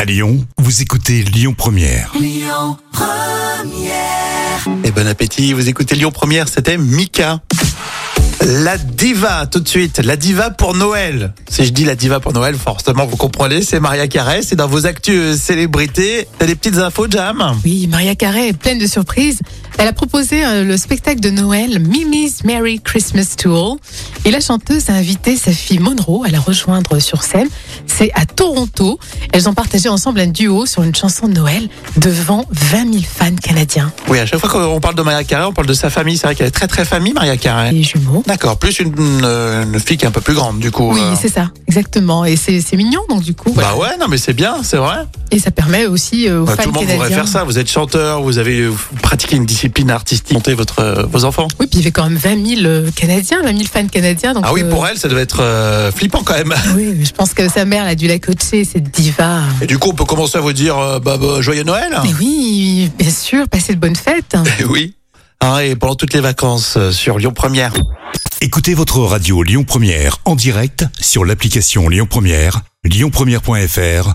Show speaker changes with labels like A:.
A: À Lyon, vous écoutez Lyon Première.
B: Et bon appétit, vous écoutez Lyon Première, c'était Mika. La diva, tout de suite, la diva pour Noël. Si je dis la diva pour Noël, forcément vous comprenez, c'est Maria Carré, c'est dans vos actus euh, célébrités. T'as des petites infos, Jam
C: Oui, Maria Carré est pleine de surprises. Elle a proposé euh, le spectacle de Noël Mimi's Merry Christmas Tour. Et la chanteuse a invité sa fille Monroe à la rejoindre sur scène. C'est à Toronto. Elles ont partagé ensemble un duo sur une chanson de Noël devant 20 000 fans canadiens.
B: Oui, à chaque fois qu'on parle de Maria Carré, on parle de sa famille. C'est vrai qu'elle est très très famille, Maria Carré.
C: Les jumeaux.
B: D'accord, plus une, euh, une fille qui est un peu plus grande, du coup.
C: Oui,
B: euh.
C: c'est ça, exactement. Et c'est c'est mignon, donc du coup. voilà.
B: Bah ouais, non mais c'est bien, c'est vrai.
C: Et ça permet aussi euh, aux
B: Bah,
C: fans
B: tout le monde
C: canadiens.
B: pourrait faire ça. Vous êtes chanteur, vous avez vous pratiquez une discipline artistique, montez votre euh, vos enfants.
C: Oui, puis il y avait quand même 20 000 euh, Canadiens, 20 000 fans canadiens. Donc
B: Ah oui,
C: euh,
B: pour elle, ça devait être euh, flippant quand même.
C: Oui, mais je pense que sa mère elle a dû la coacher, cette diva.
B: Et du coup, on peut commencer à vous dire euh, bah, bah, joyeux Noël.
C: Mais oui, bien sûr, passez de bonnes fêtes.
B: Eh oui. Hein, et pendant toutes les vacances euh, sur Lyon Première.
A: Écoutez votre radio Lyon Première en direct sur l'application Lyon Première, lyonpremière.fr